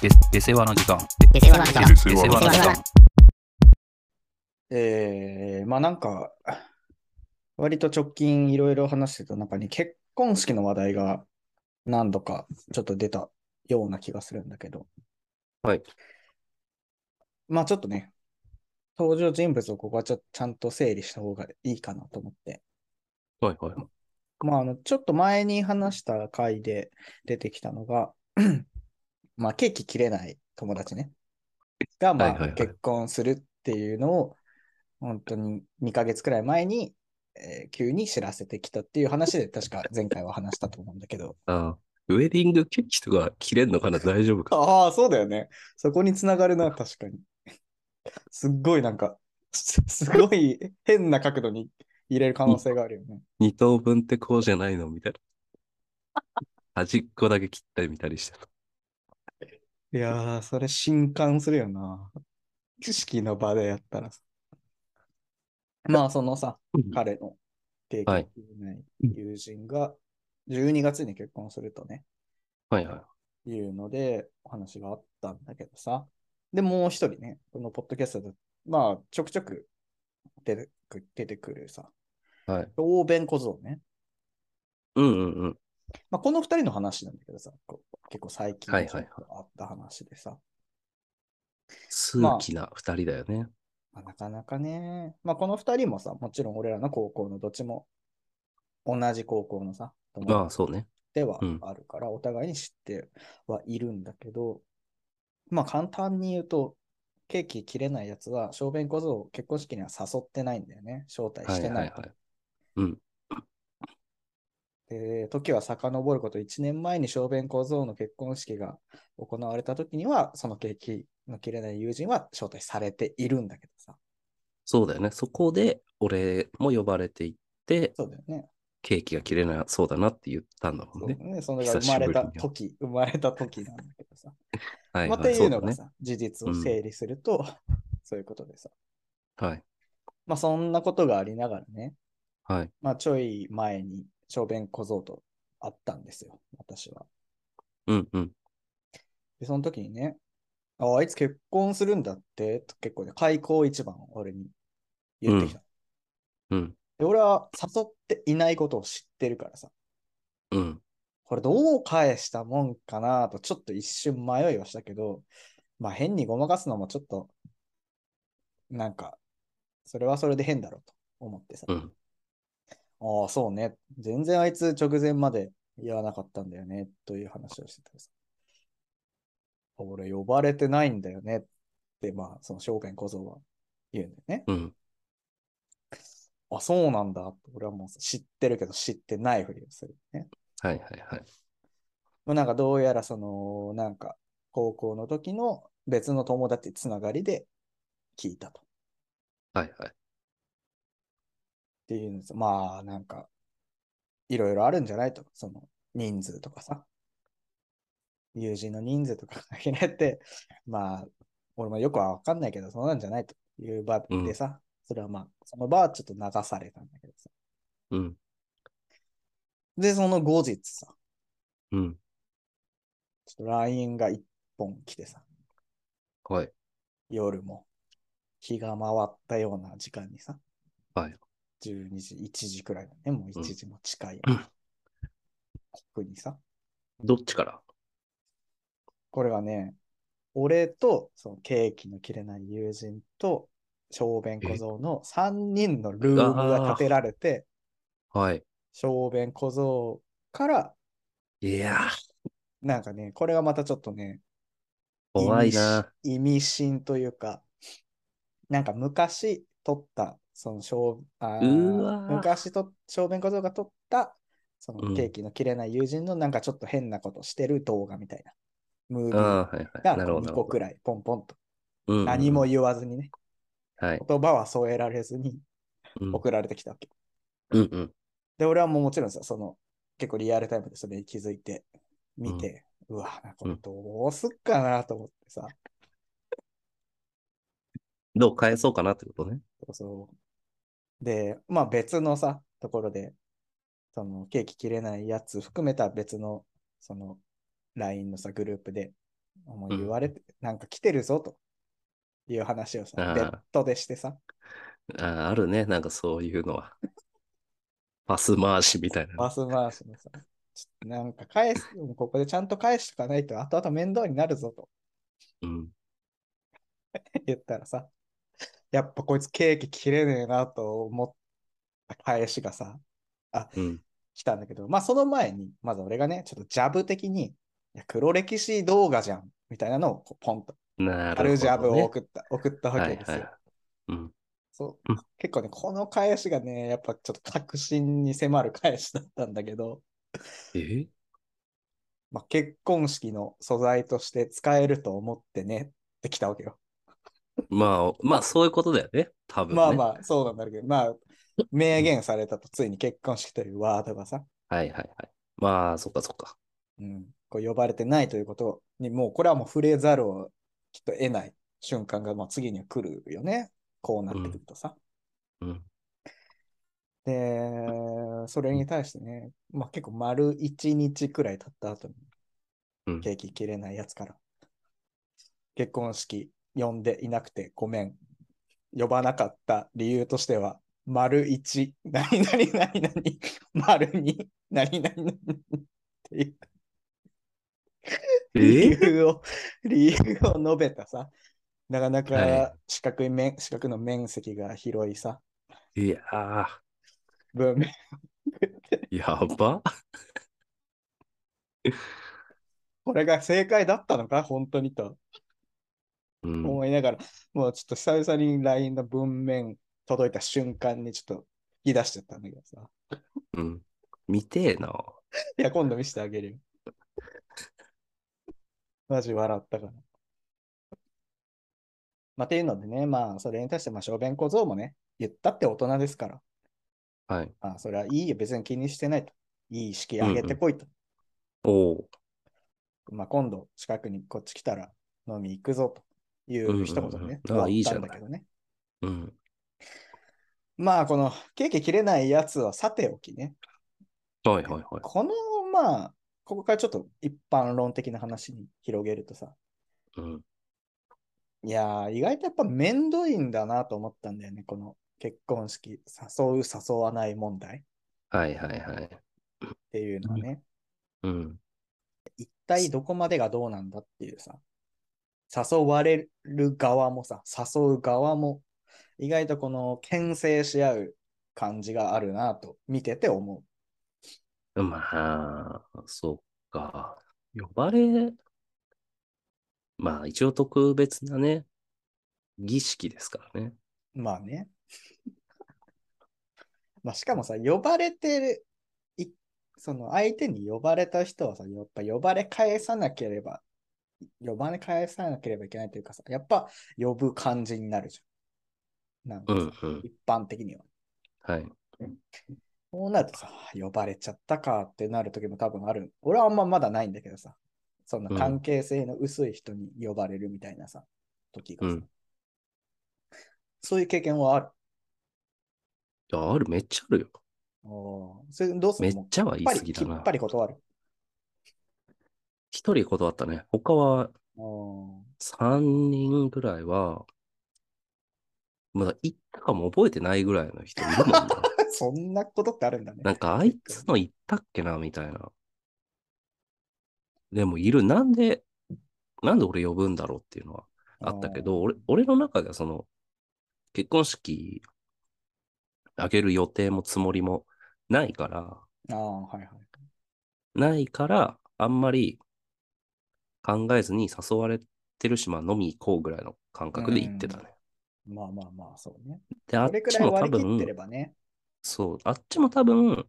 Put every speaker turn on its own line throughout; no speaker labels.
で、で世話の時間。
で世話の時間。
で世話の時間。
えー、まあなんか、割と直近いろいろ話してた中に結婚式の話題が何度かちょっと出たような気がするんだけど、
はい。
まあちょっとね、登場人物をここはちょちゃんと整理した方がいいかなと思って。
はいはいはい。
まあ、あの、ちょっと前に話した回で出てきたのが、 まあ、ケーキ切れない友達ね。が、まあ、
はいはいはい
結婚するっていうのを、本当に2ヶ月くらい前に、えー急に知らせてきたっていう話で、確か前回は話したと思うんだけど。
あーウェディングケーキとか切れんのかな大丈 夫か
ああ、そうだよね。そこにつながるな、確かに。すっごいなんか、 すすごい変な角度に入れる可能性があるよね。
二等分ってこうじゃないのみたいな。端っこだけ切ったり見たりしてた。
いやー、それ震撼するよな。知識の場でやったらさ。まあ、そのさ、彼の経
は
験
い
ない友人が12月に結婚するとね、
はいはい。
いうのでお話があったんだけどさ。で、もう一人ね、このポッドキャストで、まあ、ちょくちょく出てく出てくるさ、
はい。
小弁小僧ね。
うんうんうん。
まあ、この二人の話なんだけどさ、こう結構最近
はいはいはい
ちょっとあった話でさ。
数奇な二人だよね。
まあ、なかなかね、まあ、この二人もさ、もちろん俺らの高校のどっちも同じ高校のさ、友
まあ、
達
そうね。
では
うん
あるから、お互いに知ってはいるんだけど、まあ簡単に言うと、ケーキ切れないやつは、小便小僧を結婚式には誘ってないんだよね。招待
は
し
い
て
はい
な。
はいい。うん。
で、時は遡ること1年前に小便小僧の結婚式が行われた時には、そのケーキの切れない友人は招待されているんだけどさ。
そうだよね。そこで、俺も呼ばれていって、
そうだよね。
ケーキが切れなそうだなって言ったんだも
そ
ん
う
ね。
ね、その生まれた時、生まれた時なんだけどさ。
はい
ま
は
あ
い。
ってい
そうう
の
だ
が
ね。
さ、事実を整理すると、そういうことでさ。
はい。
まあそんなことがありながらね、
はい。
まあちょい前に小便小僧と会ったんですよ、私は。
うんうん。
で、その時にね、ああいつ結婚するんだって、と結構ね、開口一番俺に言ってきた。
うん。
で俺は誘っていないことを知ってるからさ、
うん。
これどう返したもんかなとちょっと一瞬迷いはしたけど、まあ変にごまかすのもちょっと、なんか、それはそれで変だろうと思ってさ。
うん
ああ、そうね。全然あいつ直前まで言わなかったんだよね、という話をしてたらさ。俺呼ばれてないんだよねって、まあその証言小僧は言うんだよね。
うん。
あ、そうなんだって。俺はもう知ってるけど知ってないふりをするね。
はいはいはい。
まあ、なんかどうやらその、なんか高校の時の別の友達つながりで聞いたと。っ
はいはい。
ていうんです。まあなんか、いろいろあるんじゃないと。その人数とかさ。友人の人数とか限られて、 まあ、俺もよくはわかんないけど、そうなんじゃないという場でさ、それはまあ、その場はちょっと流されたんだけどさ。
うん。
で、その後日さ、
うん。
ちょっと LINE が一本来てさ、
はい。
夜も日が回ったような時間にさ、
はい
12時、1時くらいだね、もう
うん
1時も近い、
うん
特にさ、
どっちから
これはね、俺とそのケーキの切れない友人と小便小僧の3人のルームが立てられて、
はい。
小便小僧から、
いやー、
なんかね、これがまたちょっとね、
怖いな。
意味深というか、なんか昔撮った、その小、あー
うわー
昔と小便小僧が撮った、そ
うん
のケーキの切れない友人のなんかちょっと変なことしてる動画みたいな、ムービー
ああー、はいは
が
い。なるほどな
2
る
個
ほ
くらいポンポンと、
ど。うん
何も言わずにね、
はい。
言葉は添えられずに
うん
送られてきたわけ。
うんうん。
で、俺はもうもちろんさ、その、結構リアルタイムでそれに気づいて、見て、うわ、これどうすっかなと思ってさ、
どう返そうかなってことね。
そうそう。で、まあ別のさ、ところで、そのケーキ切れないやつ含めた別の、その LINE のさ、グループで、もう言われて、なんか来てるぞという話を
あ
さ、
ー
ベッドでしてさ、
あーあるね、なんかそういう のは。パス回しみたいな
バ。ス回しのさ、ちょっとなんか返す、もうここでちゃんと返しとかないと、後々面倒になるぞと
うん。
言ったらさ、やっぱこいつケーキ切れねえなと思った返しがさ、
うん。
来たんだけど、まあその前に、まず俺がね、ちょっとジャブ的に、いや黒歴史動画じゃんみたいなのをこうポンと、
なるほど、ね。
あるジャブを送った、送ったわけですよ。
はいはい。うん。
そう
うん
結構ね、この返しがね、やっぱちょっと確信に迫る返しだったんだけど、
え
まあ、結婚式の素材として使えると思ってねって来たわけよ。
まあ、まあ、そういうことだよね。多分、ね。
まあまあ、そうなんだけど、まあ、明言されたとついに結婚式というワードがさ、
あ。はいはいはい。まあ、そっかそ っか。
うん、こう呼ばれてないということに、もうこれはもう触れざるをきっと得ない瞬間が、まあ、次には来るよね。こうなってくるとさ。
うん。
で、それに対してね、まあ、結構丸1日くらい経った後に、
うん
ケーキ切れないやつから、結婚式呼んでいなくてごめん。呼ばなかった理由としては、丸1、何々何々、丸2、何々何々っていう理
え
由を、理由を述べたさ、なかな
はい
か四角い面、四角の面積が広いさ、
いやー、
文 面
やば。
これが正解だったのか本当にと
うん。
思いながら、もうちょっと久々に LINE の文面届いた瞬間にちょっと言い出しちゃったんだけどさ。
うん。見てえな。
いや、今度見せてあげるよ。マジ笑ったから。まあ、っていうのでね、まあ、それに対して、まあ、小便小僧もね、言ったって大人ですから、
はい。
まあ、それはいいよ、別に気にしてないと。いい式上げてこいと。
おお。
まあ、今度、近くにこっち来たら飲み行くぞという一言でね、
うんうんうんああ
終
いい
わった
じゃ
ん
な
だ
い
けどね。
うん。
まあ、このケーキ切れないやつはさておきね、
はいはいはい。
この、まあ、ここからちょっと一般論的な話に広げるとさ、
うん。
いやー、意外とやっぱめんどいんだなと思ったんだよね、この結婚式、誘う、誘わない問題っ
はいはいはい。
ていうのはね、
うん。
一体どこまでがどうなんだっていうさ、誘われる側もさ、誘う側も、意外とこの牽制し合う感じがあるなと見てて思う。
まあ、そっか。呼ばれ、まあ一応特別なね、儀式ですからね。
まあね。 まあしかもさ、呼ばれてる、いその相手に呼ばれた人はさ、やっぱ呼ばれ返さなければ、呼ばれ返さなければいけないというかさ、やっぱ呼ぶ感じになるじゃん。なん
う
かさ、
んうん。
一般的には。
はい。
そうなるとさ、呼ばれちゃったかってなる時も多分ある。俺はあんままだないんだけどさ、そんな関係性の薄い人に呼ばれるみたいなさ、時がさ、
うん
そういう経験はある。
いや、ある、めっちゃあるよ。
おーそれどうす
め
る
っ
のもう
ちゃは言い
きっぱ
過
り
ぎだ
き
な
っぱ。り断る。
一人断ったね。他は
おー
三人ぐらいは、まだ行ったかも覚えてないぐらいの人いるもんな。
そんなことってあるんだね。
なんかあいつの行ったっけな、みたいな。でもいる。なんで、なんで俺呼ぶんだろうっていうのはあったけど、俺、俺の中ではその、結婚式あげる予定もつもりもないから、
あー。ああ、はいはい。
ないから、あんまり考えずに誘われてるし、まあ飲み行こうぐらいの感覚で行ってたね。
まあまあまあ、そうね。
で、あっ
これく
ち
らい
も多
割り切ってれ
分、
ばね。
そう、あっちも多分、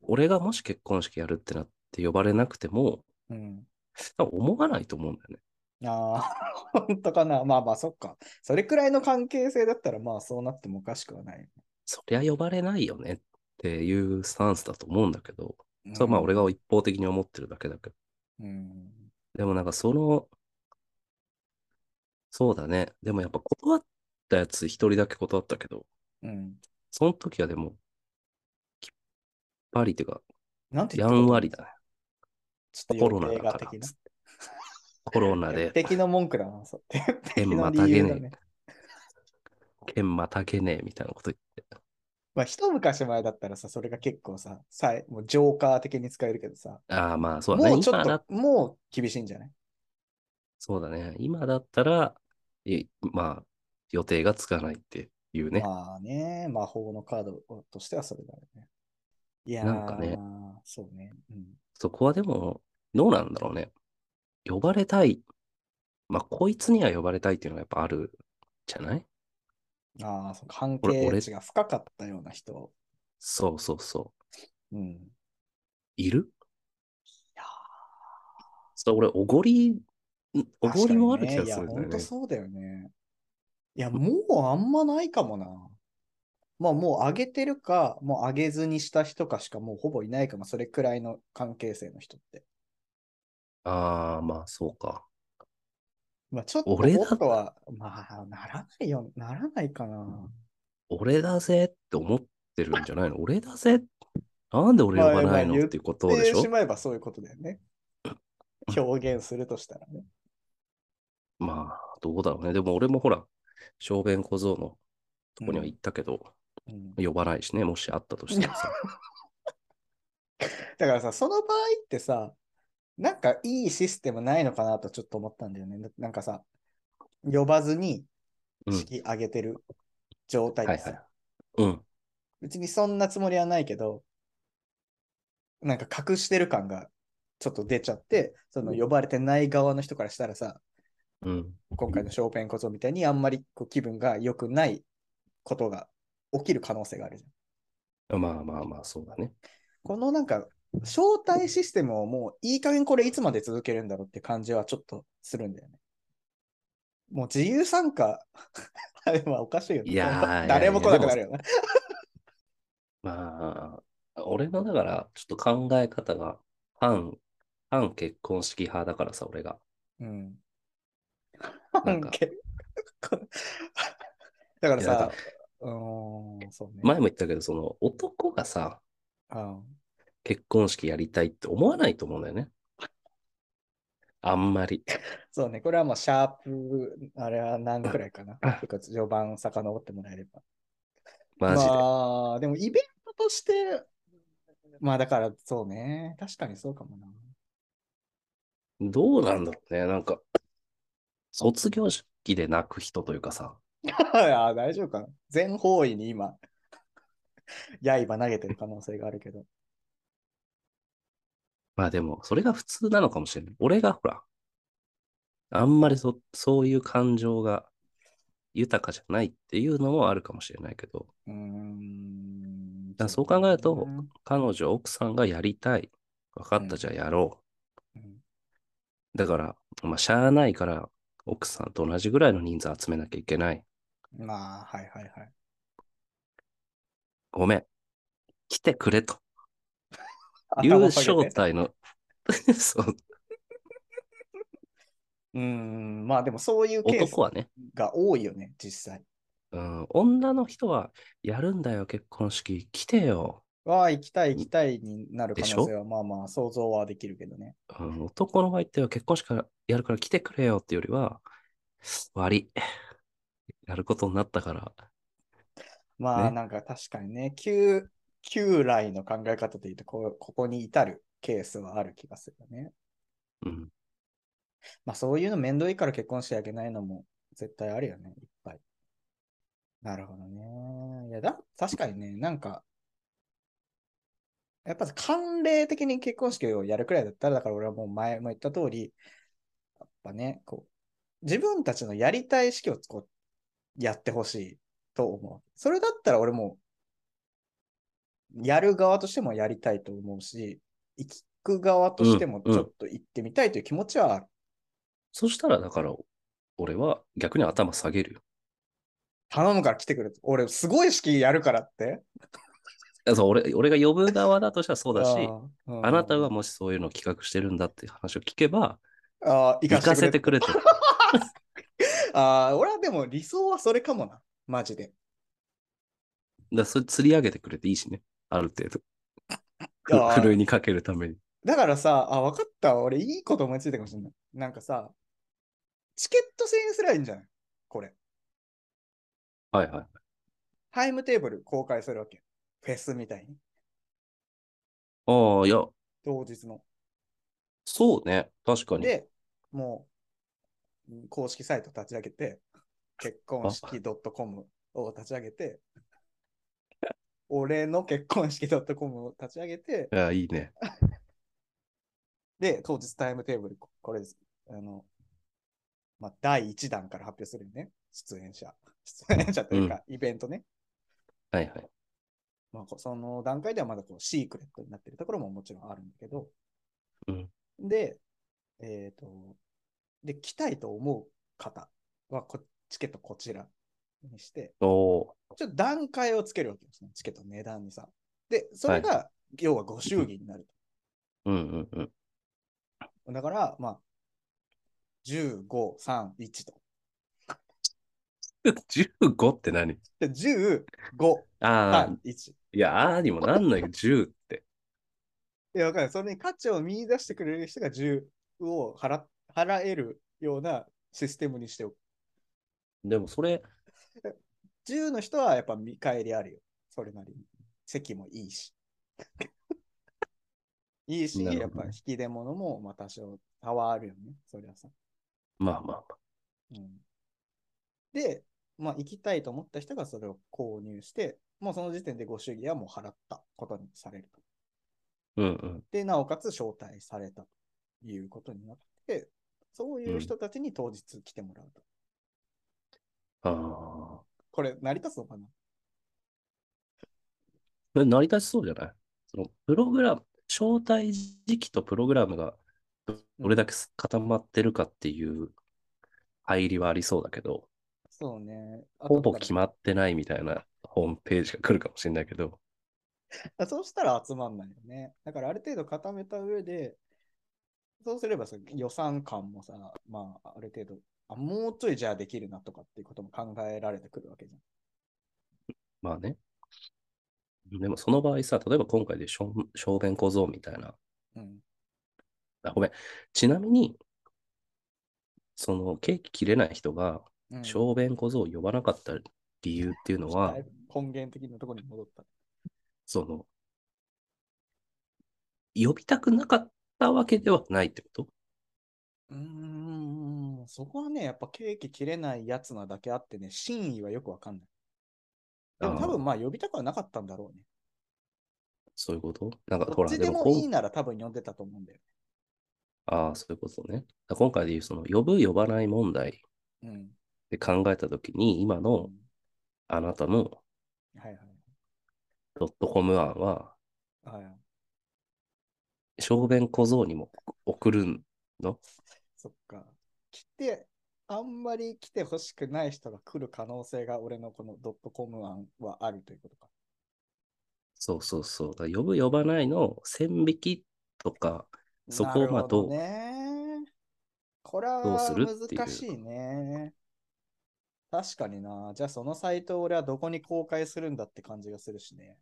俺がもし結婚式やるってなって呼ばれなくても、
うん。
多分思わないと思うんだよね。
ああ、 本当かな。まあまあ、そっか。それくらいの関係性だったら、まあそうなってもおかしくはない。
そりゃ呼ばれないよねっていうスタンスだと思うんだけど、
うん
それはまあ俺が一方的に思ってるだけだけど、
うん。
でもなんかその、そうだね。でもやっぱ断ったやつ一人だけ断ったけど、
うん。
その時はでも、きっぱりというか、
なんて言
や
ってた
んわりだね。
ちょっ
コ
と
ロ
予
ナ
定
だ
が
から
的
っ
な
つっ。て。コロ ナで、
敵の文句だな、そう。敵
剣
の
ま
理
たげ
由だ
ね
ね。
え、剣またげねえみたいなこと言って。
まあ、一昔前だったらさ、それが結構さ、さいもうジョーカー的に使えるけどさ、
ああ、まあそうだね。
もうちょっ
今だ
と、もう厳しいんじゃない
そうだね。今だったら、えまあ、予定がつかないっていうね。
まあね、魔法のカードとしてはそれだよね。いやー、
なんかね
そうね。うん、
そこはでも、どうなんだろうね。呼ばれたい。まあ、こいつには呼ばれたいっていうのがやっぱあるじゃない
ああ、そう関
俺
係
俺
値が深かったような人。
そうそうそう。
うん。い
いる
や
そう俺、おごり、んお
ー
ごりもある
確
気
か
が
にね
するん
いや、
だよ
本当
ね。
そうだよね。い や、もうあんまないかもな。まあ、もう上げてるか、もう上げずにした人かしかもうほぼいないかも、それくらいの関係性の人って。
ああ、まあ、そうか。
まあ、ちょっと
俺だ
もっとは、まあ、ならないよ、ならないかな。
俺だぜって思ってるんじゃないの俺だぜなんで俺呼ば
まあま
な
あ
いの
言
っていうことでし
言って
ょ
しまえばそういうことだよね。表現するとしたらね。
まあ、どうだろうね。でも俺もほら、小便小僧のとこには行ったけど、
うん
呼ばないしね、もしあったとしても さ。
だからさ、その場合ってさ、なんかいいシステムないのかなとちょっと思ったんだよね。ななんかさ、呼ばずに
うん
式上げてる状態でさ、
はいはうん。
別にそんなつもりはないけど、なんか隠してる感がちょっと出ちゃって、その呼ばれてない側の人からしたらさ、
うん。
今回のショーペン小僧みたいにあんまりこう気分が良くないことが起きる可能性があるじゃん。
まあまあまあ、そうだね。
このなんか、招待システムをもういい加減これいつまで続けるんだろうって感じはちょっとするんだよね。もう自由参加、 あれはおかしいよね。
いや ー
誰も来なくなるよね。
まあ、俺のだから、ちょっと考え方が、反、反結婚式派だからさ、俺が。
うん。
な んか
だから
いやだか
さ
ら、
うーん、そうね。
前も言ったけど、その、男がさ、
うん
結婚式やりたいって思わないと思うんだよね。あんまり。
そうね、これはもうシャープ、あれは何くらいかな。結構序盤遡ってもらえれば。
マジで。
まあ、でもイベントとして、まあだからそうね、確かにそうかもな。
どうなんだろうね。なんか、卒業式で泣く人というかさ、
ああ、大丈夫かな。全方位に今、 刃投げてる可能性があるけど。
まあでも、それが普通なのかもしれない。俺がほら、あんまりそ、そういう感情が豊かじゃないっていうのもあるかもしれないけど、
うーん。
だからそう考えると
ね、
彼女、奥さんがやりたい。分かっ
うん
た、じゃあやろ
うん
う。だから、まあ、しゃあないから、奥さんと同じぐらいの人数集めなきゃいけない。
まあ、はいはいはい。
ごめん。来てくれと。いう
頭下
招
げて
待の、 そう、
うーん、まあでもそういうケース
男はね。
が多いよね、実際。
うん、女の人はやるんだよ、結婚式。来てよ。
わあ、行きたい行きたいになる可
でしょ
能性はまあまあ想像はできるけどね。
うん、男の場合っては結婚式やるから来てくれよっていうよりは、悪い。やることになったから。
まあ
ね
なんか確かにね、旧旧来の考え方で言うとこう、ここに至るケースはある気がするよね。
うん。
まあそういうの面倒いから結婚してあげないのも絶対あるよね、いっぱい。なるほどね。いやだ、確かにね、なんか、やっぱ慣例的に結婚式をやるくらいだったら、だから俺はもう前も言った通り、やっぱね、こう、自分たちのやりたい式をこうやってほしいと思う。それだったら俺も、やる側としてもやりたいと思うし、行く側としてもちょっと行ってみたいという気持ちはある。
そしたら、だから、俺は逆に頭下げるよ
頼むから来てくれと。俺、すごい式やるからって。
あそう俺。俺が呼ぶ側だとしたらそうだし、
あー
あなたが、もしそういうのを企画してるんだっていう話を聞けば、
うんあー
行
行
か
か
せ
せ
て
て
く
く
れ
れ
と。
ああ、俺はでも理想はそれかもな。マジで。
だそれ釣り上げてくれていいしね。ある程度。
あー
ふふるいにかけるために。
だからさ、あ、分かった。俺、いいこと思いついたかもしれない。なんかさ、チケット制にすりゃいいんじゃないこれ。
はいはい。
タイムテーブル公開するわけ。フェスみたいに。
ああ、いや、
当日の。
そうね。確かに。
で、もう、公式サイト立ち上げて、結婚式 .com を立ち上げて、俺の結婚式 .com を立ち上げて、
いや、いいね。
で、当日タイムテーブル、ここれです。あの、まあ、第1弾から発表するよね。出演者。出演者というか、イベントね。
はいはい。
まあ、こその段階ではまだこうシークレットになってるところももちろんあるんだけど、
うん
で、えっ、と、で、来たいと思う方はこ、チケットこちらにして、
おお
ちょっと段階をつけるわけですね、チケットの値段にさ。で、それが、要はご祝儀になる
ー。うんうんうん。
と。だから、まあ、15、3、1と。
15って何
で、15、3、
ああ、
1。
いや、ああにもなんないよ、10って。
いや、わかんない。それに価値を見出してくれる人が10を払っ払えるようなシステムにしておく。
でもそれ、
10の人はやっぱ見返りあるよ。それなりに。席もいいし。 いいし、
なる
や
ほ
っ
どね
ぱ引き出物もまあ多少パワーあるよね。そりゃさ。
まあまあまあ。
うん、で、まあ行きたいと思った人がそれを購入して、もうその時点でご祝儀はもう払ったことにされると。
うんうん。
で、なおかつ招待されたということになって、そういう人たちに当日来てもらうと。
あ
これ、成り立つのかな
あ。成り立ちそうじゃないそのプログラム、招待時期とプログラムがどれだけ固まってるかっていう入りはありそうだけど、
そうね。
ほぼ決
ま
まってないみたいなホームページが来るかもしれないけど、
そうしたら集まんないよね。だからある程度固めた上で、そうすればさ予算感もさ、まあある程度あ、もうちょいじゃあできるなとかっていうことも考えられてくるわけじゃん。
まあね。でもその場合さ、例えば今回で小小便小僧みたいな
うん、
あ、ごめん。ちなみに、そのケーキ切れない人が、
うん
小便小僧を呼ばなかった理由っていうのは
だい、ぶ根源的なところに戻った。
その、呼びたくなかったわけではないってこと
うーん、そこはね、やっぱケーキ切れないやつなだけあってね、真意はよくわかんない。でも多
あ
分
ー
まあ呼びたくはなかったんだろうね。
そういうことなんか、ほ
どっ
ら、
ち
で
で
も
もいい
今、
なら多分呼んでたと思うんだよ
ああ、そういうことね。だから今回でいう、その、呼ぶ、呼ばない問題
ね。うん。
で考えたときに、今のあなたの
はいはい。
ドットコム案は、
はいはい、
小便小僧にも送るんの
そっか。来て、あんまり来てほしくない人が来る可能性が俺のこのドットコム案はあるということか。
そうそうそう。だから呼ぶ、呼ばないの線引きとか、そこをまあ
なるほど
どう
ね。これ
どうす
は
るっていう
難しいね。確かにな。じゃあそのサイトを俺はどこに公開するんだって感じがするしね。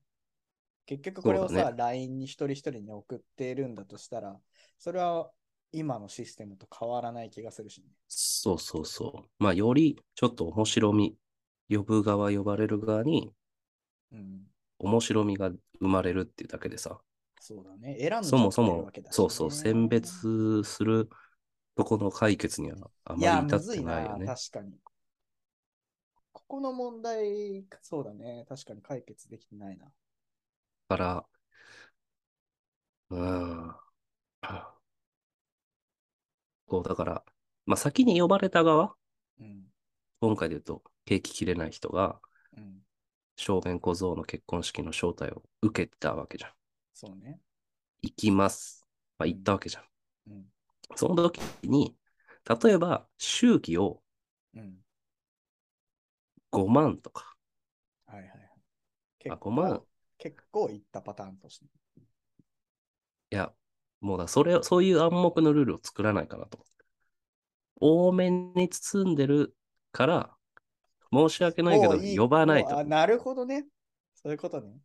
結局これを
そうだ
さ、LINE に一人一人に送っているんだとしたら、それは今のシステムと変わらない気がするしね。
そうそうそう。まあ、よりちょっと面白み、呼ぶ側、呼ばれる側に
うん。
面白みが生まれるっていうだけでさ、
そうだね。選んで
そもそ
る
も
わけだ、しね
そうそう、選別するとこの解決にはあ
い
ま
や、
り至
む
っ
ず
て
いな、
ないよね。
確かに。ここの問題、そうだね。確かに解決できてないな。
だから、うん。こう、だから、まあ、先に呼ばれた側、
うん。
今回で言うと、ケーキ切れない人が、
うん。
小便小僧の結婚式の招待を受けたわけじゃん。
そうね。
行きます。まあ、
うん
行ったわけじゃん。
うん。
その時に、例えば、祝儀を
うん。
5万とか、
はいはいはい。
あ
結
5万、
構、結構いったパターンとして。
いや、もうだ、それを、そういう暗黙のルールを作らないかなと思って。多めに包んでるから、申し訳ないけ
も
ど、
う
呼ばない
もうあ
と。
なるほどね。そういうことね。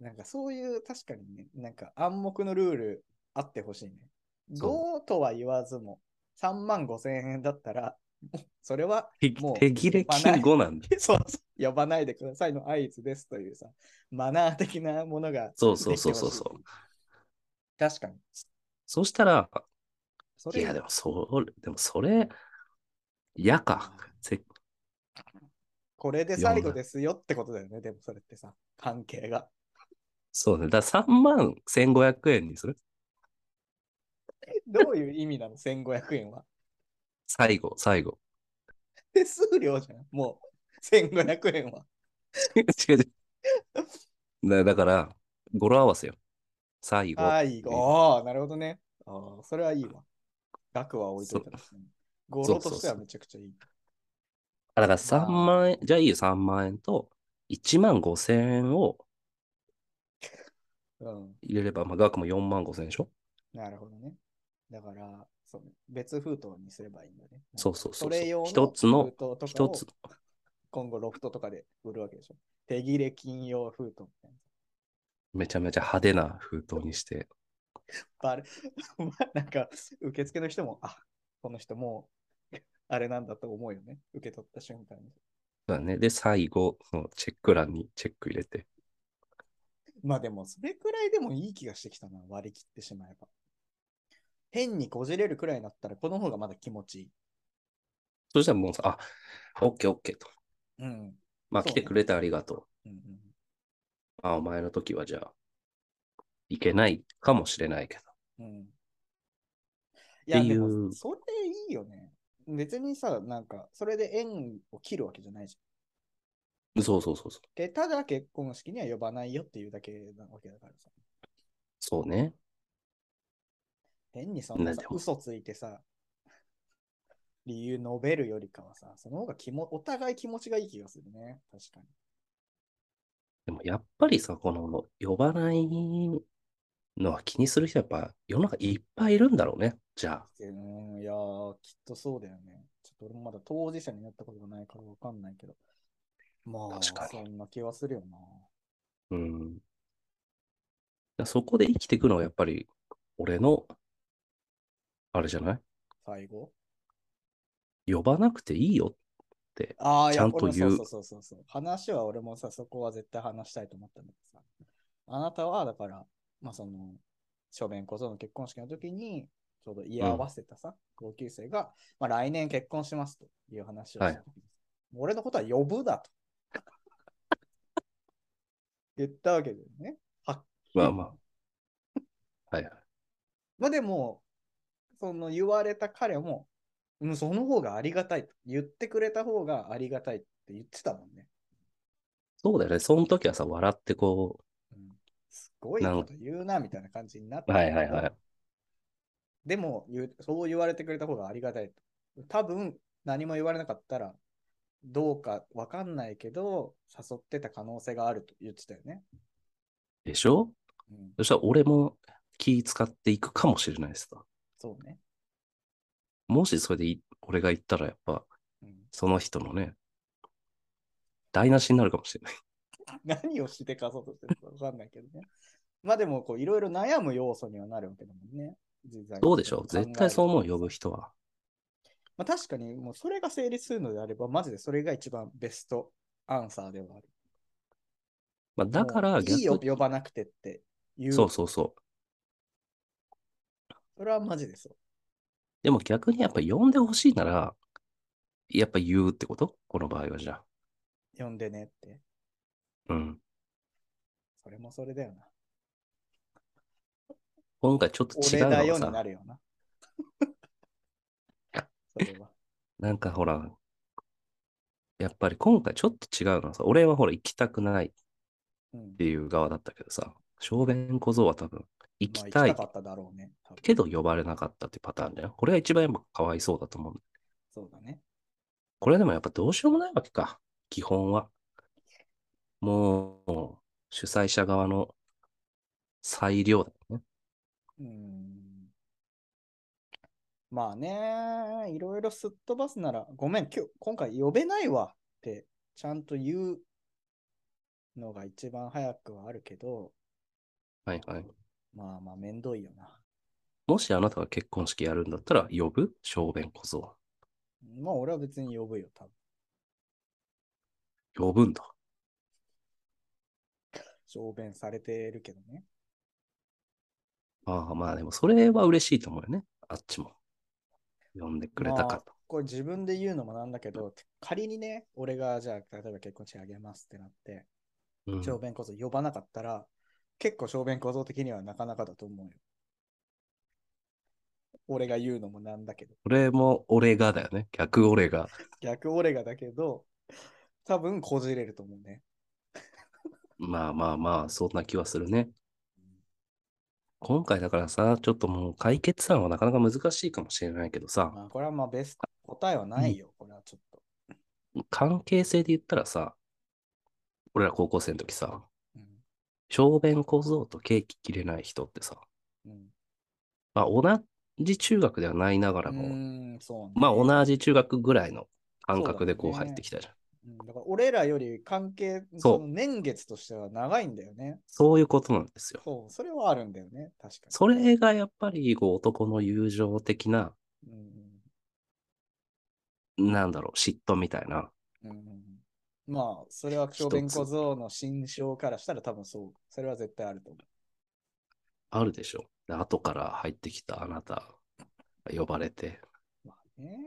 なんかそういう、確かにね、なんか暗黙のルールあってほしいね。
そ
5とは言わずも、3万5千円だったら、 それは、
手
もう
手切れ金5なんだ。
そうそう呼ばないでくださいの合図ですというさ、マナー的なものが。
そうそうそうそうそう。
確かに。
そうしたら、
そ
い
れ
や、でも、それ、でも、それ、嫌か。せ
これで最後ですよってことだよね、でもそれってさ、関係が。
そうね。だから3万1500円にする
どういう意味なの、1500円は。
最後、最後。
手数料じゃん、もう、1500円 は。
違う違う。だだから、語呂合わせよ。最後。
あいい。ああ、なるほどね。ああ、それはいいわ。額は置いといたら、ね。語呂としてはめちゃくちゃいい。
あだから3万円、じゃあいいよ、3万円と1万5千円を
うん、
入れれば、まあ、額も4万5千円でしょ
なるほどね。だから、そう別封筒にすればいいんだね。
そうそうそ
そ
うそう
れ用の
一つの
封筒とかを
一つ。
今後ロフトとかで売るわけでしょ。手切れ金用封筒みたいな。
めちゃめちゃ派手な封筒にして。
バレ なんか、受付の人も、あこの人もう、あれなんだと思うよね。受け取った瞬間に。
そうだね。で、最後、そのチェック欄にチェック入れて。
まあでも、それくらいでもいい気がしてきたな、割り切ってしまえば。変にこじれるくらいになったら、この方がまだ気持ちいい。
そしたらもうさ、あ、オッケーオッケーと。
うん。うん
まあ、
そう
来
ね
てくれてありがとう。
うん、
あ、お前の時はじゃあ、いけないかもしれないけど。
うん。いや、
ってい
で
う
も、それいいよね。別にさ、なんか、それで縁を切るわけじゃないじ
そうそうそうそう。
ゃん。で、ただ結婚式には呼ばないよっていうだけなわけだからさ。
そうね。
変にそんなさ
なんでも
嘘ついてさ、理由述べるよりかはさ、その方が気もお互い気持ちがいい気がするね。確かに。
でもやっぱりさ、この呼ばないのは気にする人やっぱ世の中いっぱいいるんだろうね。じゃあ。
うん、いやー、きっとそうだよね。ちょっと俺もまだ当事者になったことがないからわかんないけど。まあ、
確かに
そんな気はするよな。
うん。だからそこで生きていくのはやっぱり俺の、あれじゃない
最後。
呼ばなくていいよ。
ああ、い
ちゃ
や、
んと
俺も
言う
そうそうそうそうそう。話は俺もさ、そこは絶対話したいと思ったんだけどさ。あなたは、だから、まあその、初面小僧の結婚式の時に、ちょうど居合わせたさ、同級生が、まあ来年結婚しますという話をした時に、俺のことは呼ぶだと。言ったわけだよね。
まあまあ。はいはい。
まあでも、その言われた彼も、うん、その方がありがたいと。言ってくれた方がありがたいって言ってたもんね。
そうだよね。その時はさ、笑ってこ
うんすごいこと言うなみたいな感じになって
う。はいはいはい。
でも言うそう言われてくれた方がありがたいと多分何も言われなかったらどうかわかんないけど誘ってた可能性があると言ってたよね、
でしょ
うん、
そしたら俺も気使っていくかもしれないしさ。
そうね、
もしそれでい俺が行ったらやっぱ
うん、
その人のね、台無しになるかもしれない。
何をしてかそうとしてるかわかんないけどねまあでもこういろいろ悩む要素にはなるわけだもんね実際に
どうでしょう
考えると
絶対そう思う、呼ぶ人は。
まあ、確かにもうそれが成立するのであればマジでそれが一番ベストアンサーではある
まあ、だか
も
ら
ういいよ
逆に
呼ばなくてっていう
そうそうそう。
それはマジでそう。
でも逆にやっぱ呼んでほしいなら、やっぱ言うってことこの場合はじゃあ。
呼んでねって。
うん。
それもそれだよな。
今回ちょっと違
俺
うの
だ
が
よにな
さ、
るよな。 それは。
なんかほら、やっぱり今回ちょっと違うのはさ、俺はほら行きたくないっ
うん。
ていう側だったけどさ、小便小僧は多分行
まあ
きたい
かっただろうね。多分
けど呼ばれなかったってパターンだよ。これが一番やっぱかわいそうだと思う。
そうだね。
これでもやっぱどうしようもないわけか。基本は。もう、主催者側の裁量だよね。
うーん。まあね、いろいろすっ飛ばすなら、ごめん、今日、今回呼べないわって、ちゃんと言うのが一番早くはあるけど、
はいはい。
まあまあ、めんどいよな。
もしあなたが結婚式やるんだったら呼ぶ小便小僧。
まあ俺は別に呼ぶよ、多分。
呼ぶんだ。
小便されてるけどね。
ああ、まあでもそれは嬉しいと思うよね。あっちも。呼んでくれた
ま
か
あ
と。
これ自分で言うのもなんだけど、仮にね、俺がじゃあ、例えば結婚式あげますってなって、
うん
小便小僧呼ばなかったら、結構小便小僧的にはなかなかだと思うよ。俺が言うのもなんだけど。
これも俺がだよね。逆俺が。
逆俺がだけど、多分こじれると思うね。
まあまあまあ、そんな気はするね。今回だからさ、ちょっともう解決案はなかなか難しいかもしれないけどさ、
まあこれはまあベスト答えはないよ、これはちょっと。
関係性で言ったらさ、俺ら高校生の時さ、
うん。
小便小僧とケーキ切れない人ってさ、
うん
まあ同じ中学ではないながらも、
うーん、そうね
まあ同じ中学ぐらいの感覚でこう
そうだね
入ってきたじゃん。
うんだから俺らより関係、
そ
そ
う
の年月としては長いんだよね。
そういうことなんですよ。
そう、それはあるんだよね、確か
それがやっぱりこう男の友情的な、
に。
なんだろう、嫉妬みたいな。
うんうんうんうんまあ、それは小便小僧の心象からしたら多分そう、それは絶対あると思
あるでしょ。で後から入ってきたあなた、呼ばれて、
う。まあね。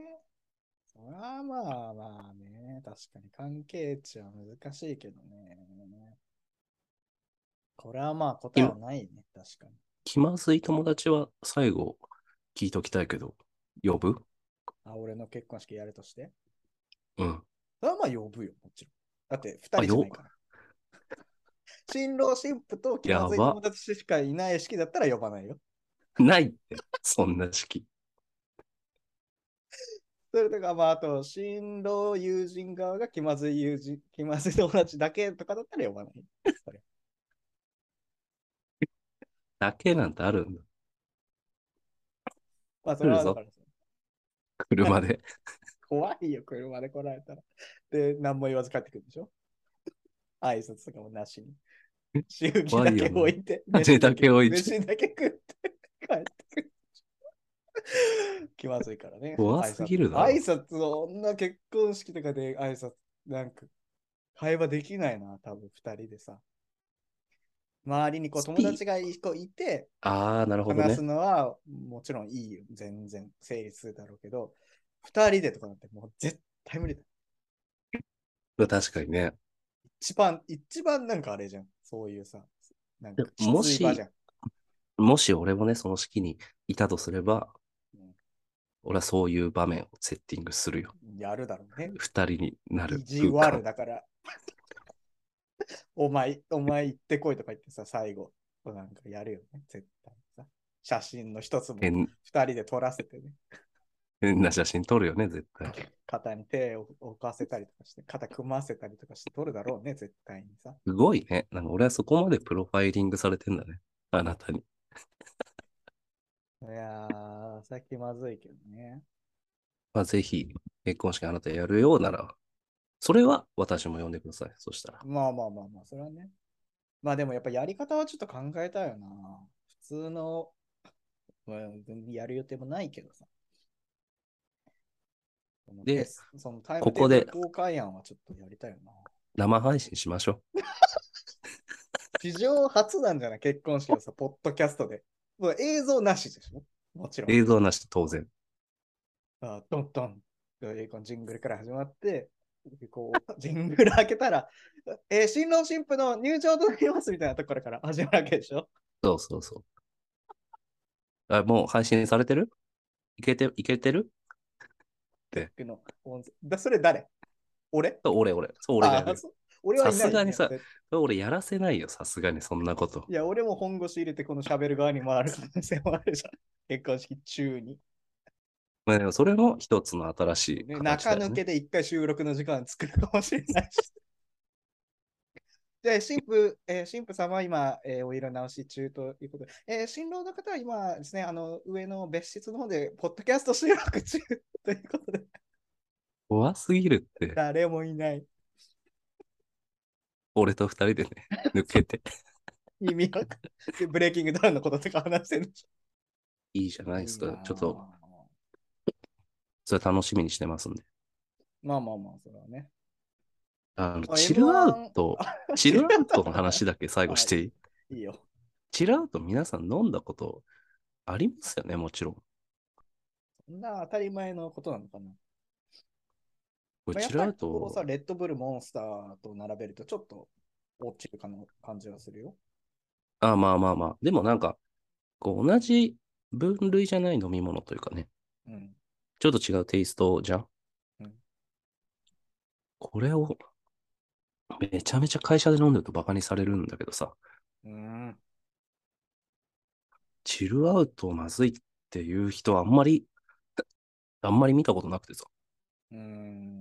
それはまあまあね、確かに関係値は難しいけどね。これはまあ答えはないね、確かに。
気まずい友達は最後聞いときたいけど、呼ぶ
あ、俺の結婚式やるとして。
うん。
それはまあ呼ぶよ、もちろん。だって2人じゃないから。 新郎新婦と気まずい
やば
友達しかいない式だったら呼ばないよ。
ないって、そんな式。
それとか、まあ、あと、新郎友人側が気まずい友人、気まずい友達だけとかだったら呼ばない。
だけなんてあるんだ。
まあ、それは
来
だ
るぞ
からさ
車で。
怖いよ、車で来られたら。で、何も言わず帰ってくるでしょ挨拶とかもなしに。祝儀だけ置いて、
怖いよね種だけ置いて
飯だけ食って帰ってくる。気まずいからね。
怖すぎるだろ
挨拶挨拶を、女結婚式とかで挨拶、なんか、会話できないな、多分二人でさ。周りにこう
スピ
友達がいこういて、
ああ、なるほど
話
ね
す。のはもちろんいいよ。全然成立するだろうけど、二人でとかなんてもう絶対無理だ。
確かにね。
一番、一番なんかあれじゃん。そういうさ、なんか
でも
きつい
し
場じゃん。
もし俺もね、その式にいたとすれば
うん、
俺はそういう場面をセッティングするよ。
やるだろうね。
二人になる
意地悪
空間。
だから。 お前、お前行ってこいとか言ってさ、最後、なんかやるよね。絶対さ。写真の一つも二
変
人で撮らせてね。
変な写真撮るよね、絶対。
肩に手を置かせたりとかして、肩組ませたりとかして撮るだろうね、絶対にさ。
すごいね。なんか俺はそこまでプロファイリングされてんだね。あなたに。
いやー、さっきまずいけどね。
まあ、ぜひ、結婚式あなたやるようなら、それは私も呼んでください。そしたら。
まあまあまあまあ、それはね。まあでもやっぱやり方はちょっと考えたいよな。普通の、まあ、やる予定もないけどさ。この
で
テスそのタイム
ここで
テーブル公開案はちょっとやりたいよな。
生配信しましょ
史上初なんじゃない結婚式をさ、ポッドキャストで。もう映像なしでしょもちろ
う。
ん。
映像なし、当然。
あドンドン。このジングルから始まって、こう、 ジングル開けたら、えー新郎新婦の入場となりますみたいなところから始まるわけでしょ
そうそうそう。あもう配信されてるいけて、いけてる
の音声だそれ誰俺
そう俺、俺。そう、俺がやる
あそう俺はいないよ
さすがにさ
絶
俺やらせないよ、さすがに、そんなこと
対。いや、俺も本腰入れてこの喋る側に回る可能性もあるじゃん。結婚式中に。
まあ、でもそれも一つの新しい
ね、
形
中
だよね
抜けで一回収録の時間作るかもしれないし。 で、新婦、えー、新婦様は今、えーお色直し中ということで、えー新郎の方は今ですね、あの、上の別室の方で、ポッドキャスト収録中ということ で、
怖すぎるって、
誰もいない。
俺と二人でね、抜けて。
意味わかんないでブレイキングダウンのこととか話してるんでしょ
いいじゃないです
いい
か
な。
ちょっと、。それ楽しみにしてますんで。
まあまあまあ、それはね。
あの、
あ
チルアウト、 チルアウトの話だけ最後
はい
していい
いいよ。
チルアウト皆さん飲んだことありますよね、もちろん。
そんな当たり前のことなのかな。
こ
まあ
れ
やっ
チル
ぱ
ア
り
ウ
こうさ、
ト、
レッドブルモンスターと並べるとちょっと落ちるかの感じはするよ。
あ、まあまあまあ。でもなんか、こう同じ分類じゃない飲み物というかね、
うん。
ちょっと違うテイストじゃん。
うん
これを、めちゃめちゃ会社で飲んでるとバカにされるんだけどさ、
うん。
チルアウトまずいっていう人はあんまり、あんまり見たことなくてさ。
うん。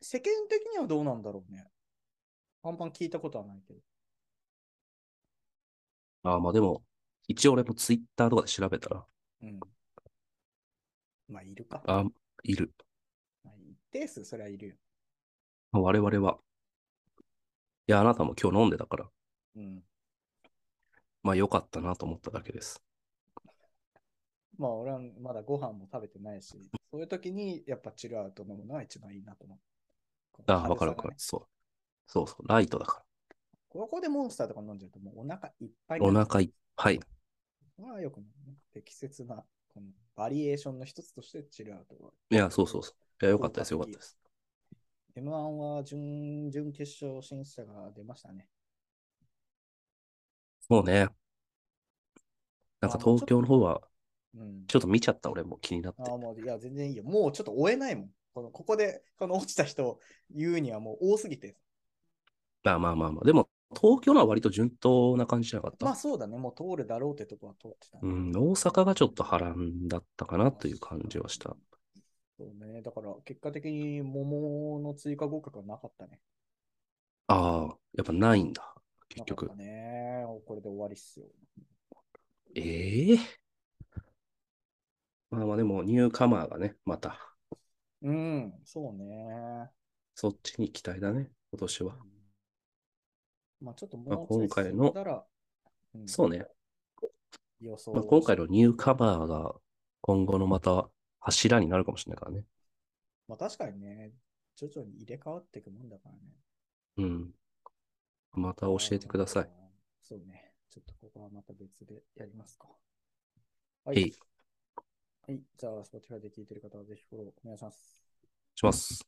世間的にはどうなんだろうね。あんま聞いたことはないけど。
ああ、まあでも、一応俺もツイッターとかで調べたら、
うん。まあ、いるか。
あ、いる。
まあ、一定数それはいるよ。
我々は。いや、あなたも今日飲んでたから、
うん。
まあ良かったなと思っただけです。
まあ、俺はまだご飯も食べてないし、そういう時にやっぱチルアウト飲むのは一番いいなと思う。
ああ、わかる
軽さ
わか
がね。
るそう。そうそう、ライトだか
ここでモンスターとか飲んじゃうともうお腹いっぱい
ら。
に
お
なる
腹いっぱい。
まあよくないね適切なこのバリエーションの一つとしてチルアウトは。
いや、そうそうそう。いや、良かったです、
効
良
果
か
的
ったです。
M1 は準準決勝進出者が出ましたね。
そうね。なんか東京の方は、
うん。
ちょっと見ちゃった、俺も気になって。
ああ、もういや、全然いいよ。もうちょっと追えないもん。このここでこの落ちた人を言うにはもう多すぎて。
まあまあまあまあ。でも、東京のは割と順当な感じじゃなかった。
まあそうだね、もう通るだろうってとこは通ってたね、
うん、大阪がちょっと波乱だったかなという感じはした。
そうね、だから結果的に桃の追加合格はなかったね。
ああ、やっぱないんだ、結
な
局
かっ。たね。これで終わりっすよ。
ええまあまあでも、ニューカマーがね、また、
うん、そうね。
そっちに期待だね、今年は。
まあちょっと
まあ
もうちょい
今回の
進んだら、うん
そうね。
予想、
まあ、今回のニューカマーが、今後のまた柱になるかもしれないからね。
まあ確かにね、徐々に入れ替わっていくもんだからね。
うん。また教えてください。
あー。そうね。ちょっとここはまた別でやりますか。は
はい。
はい。じゃあ、Spotify で聞いてる方はぜひフォローお願いします。
します。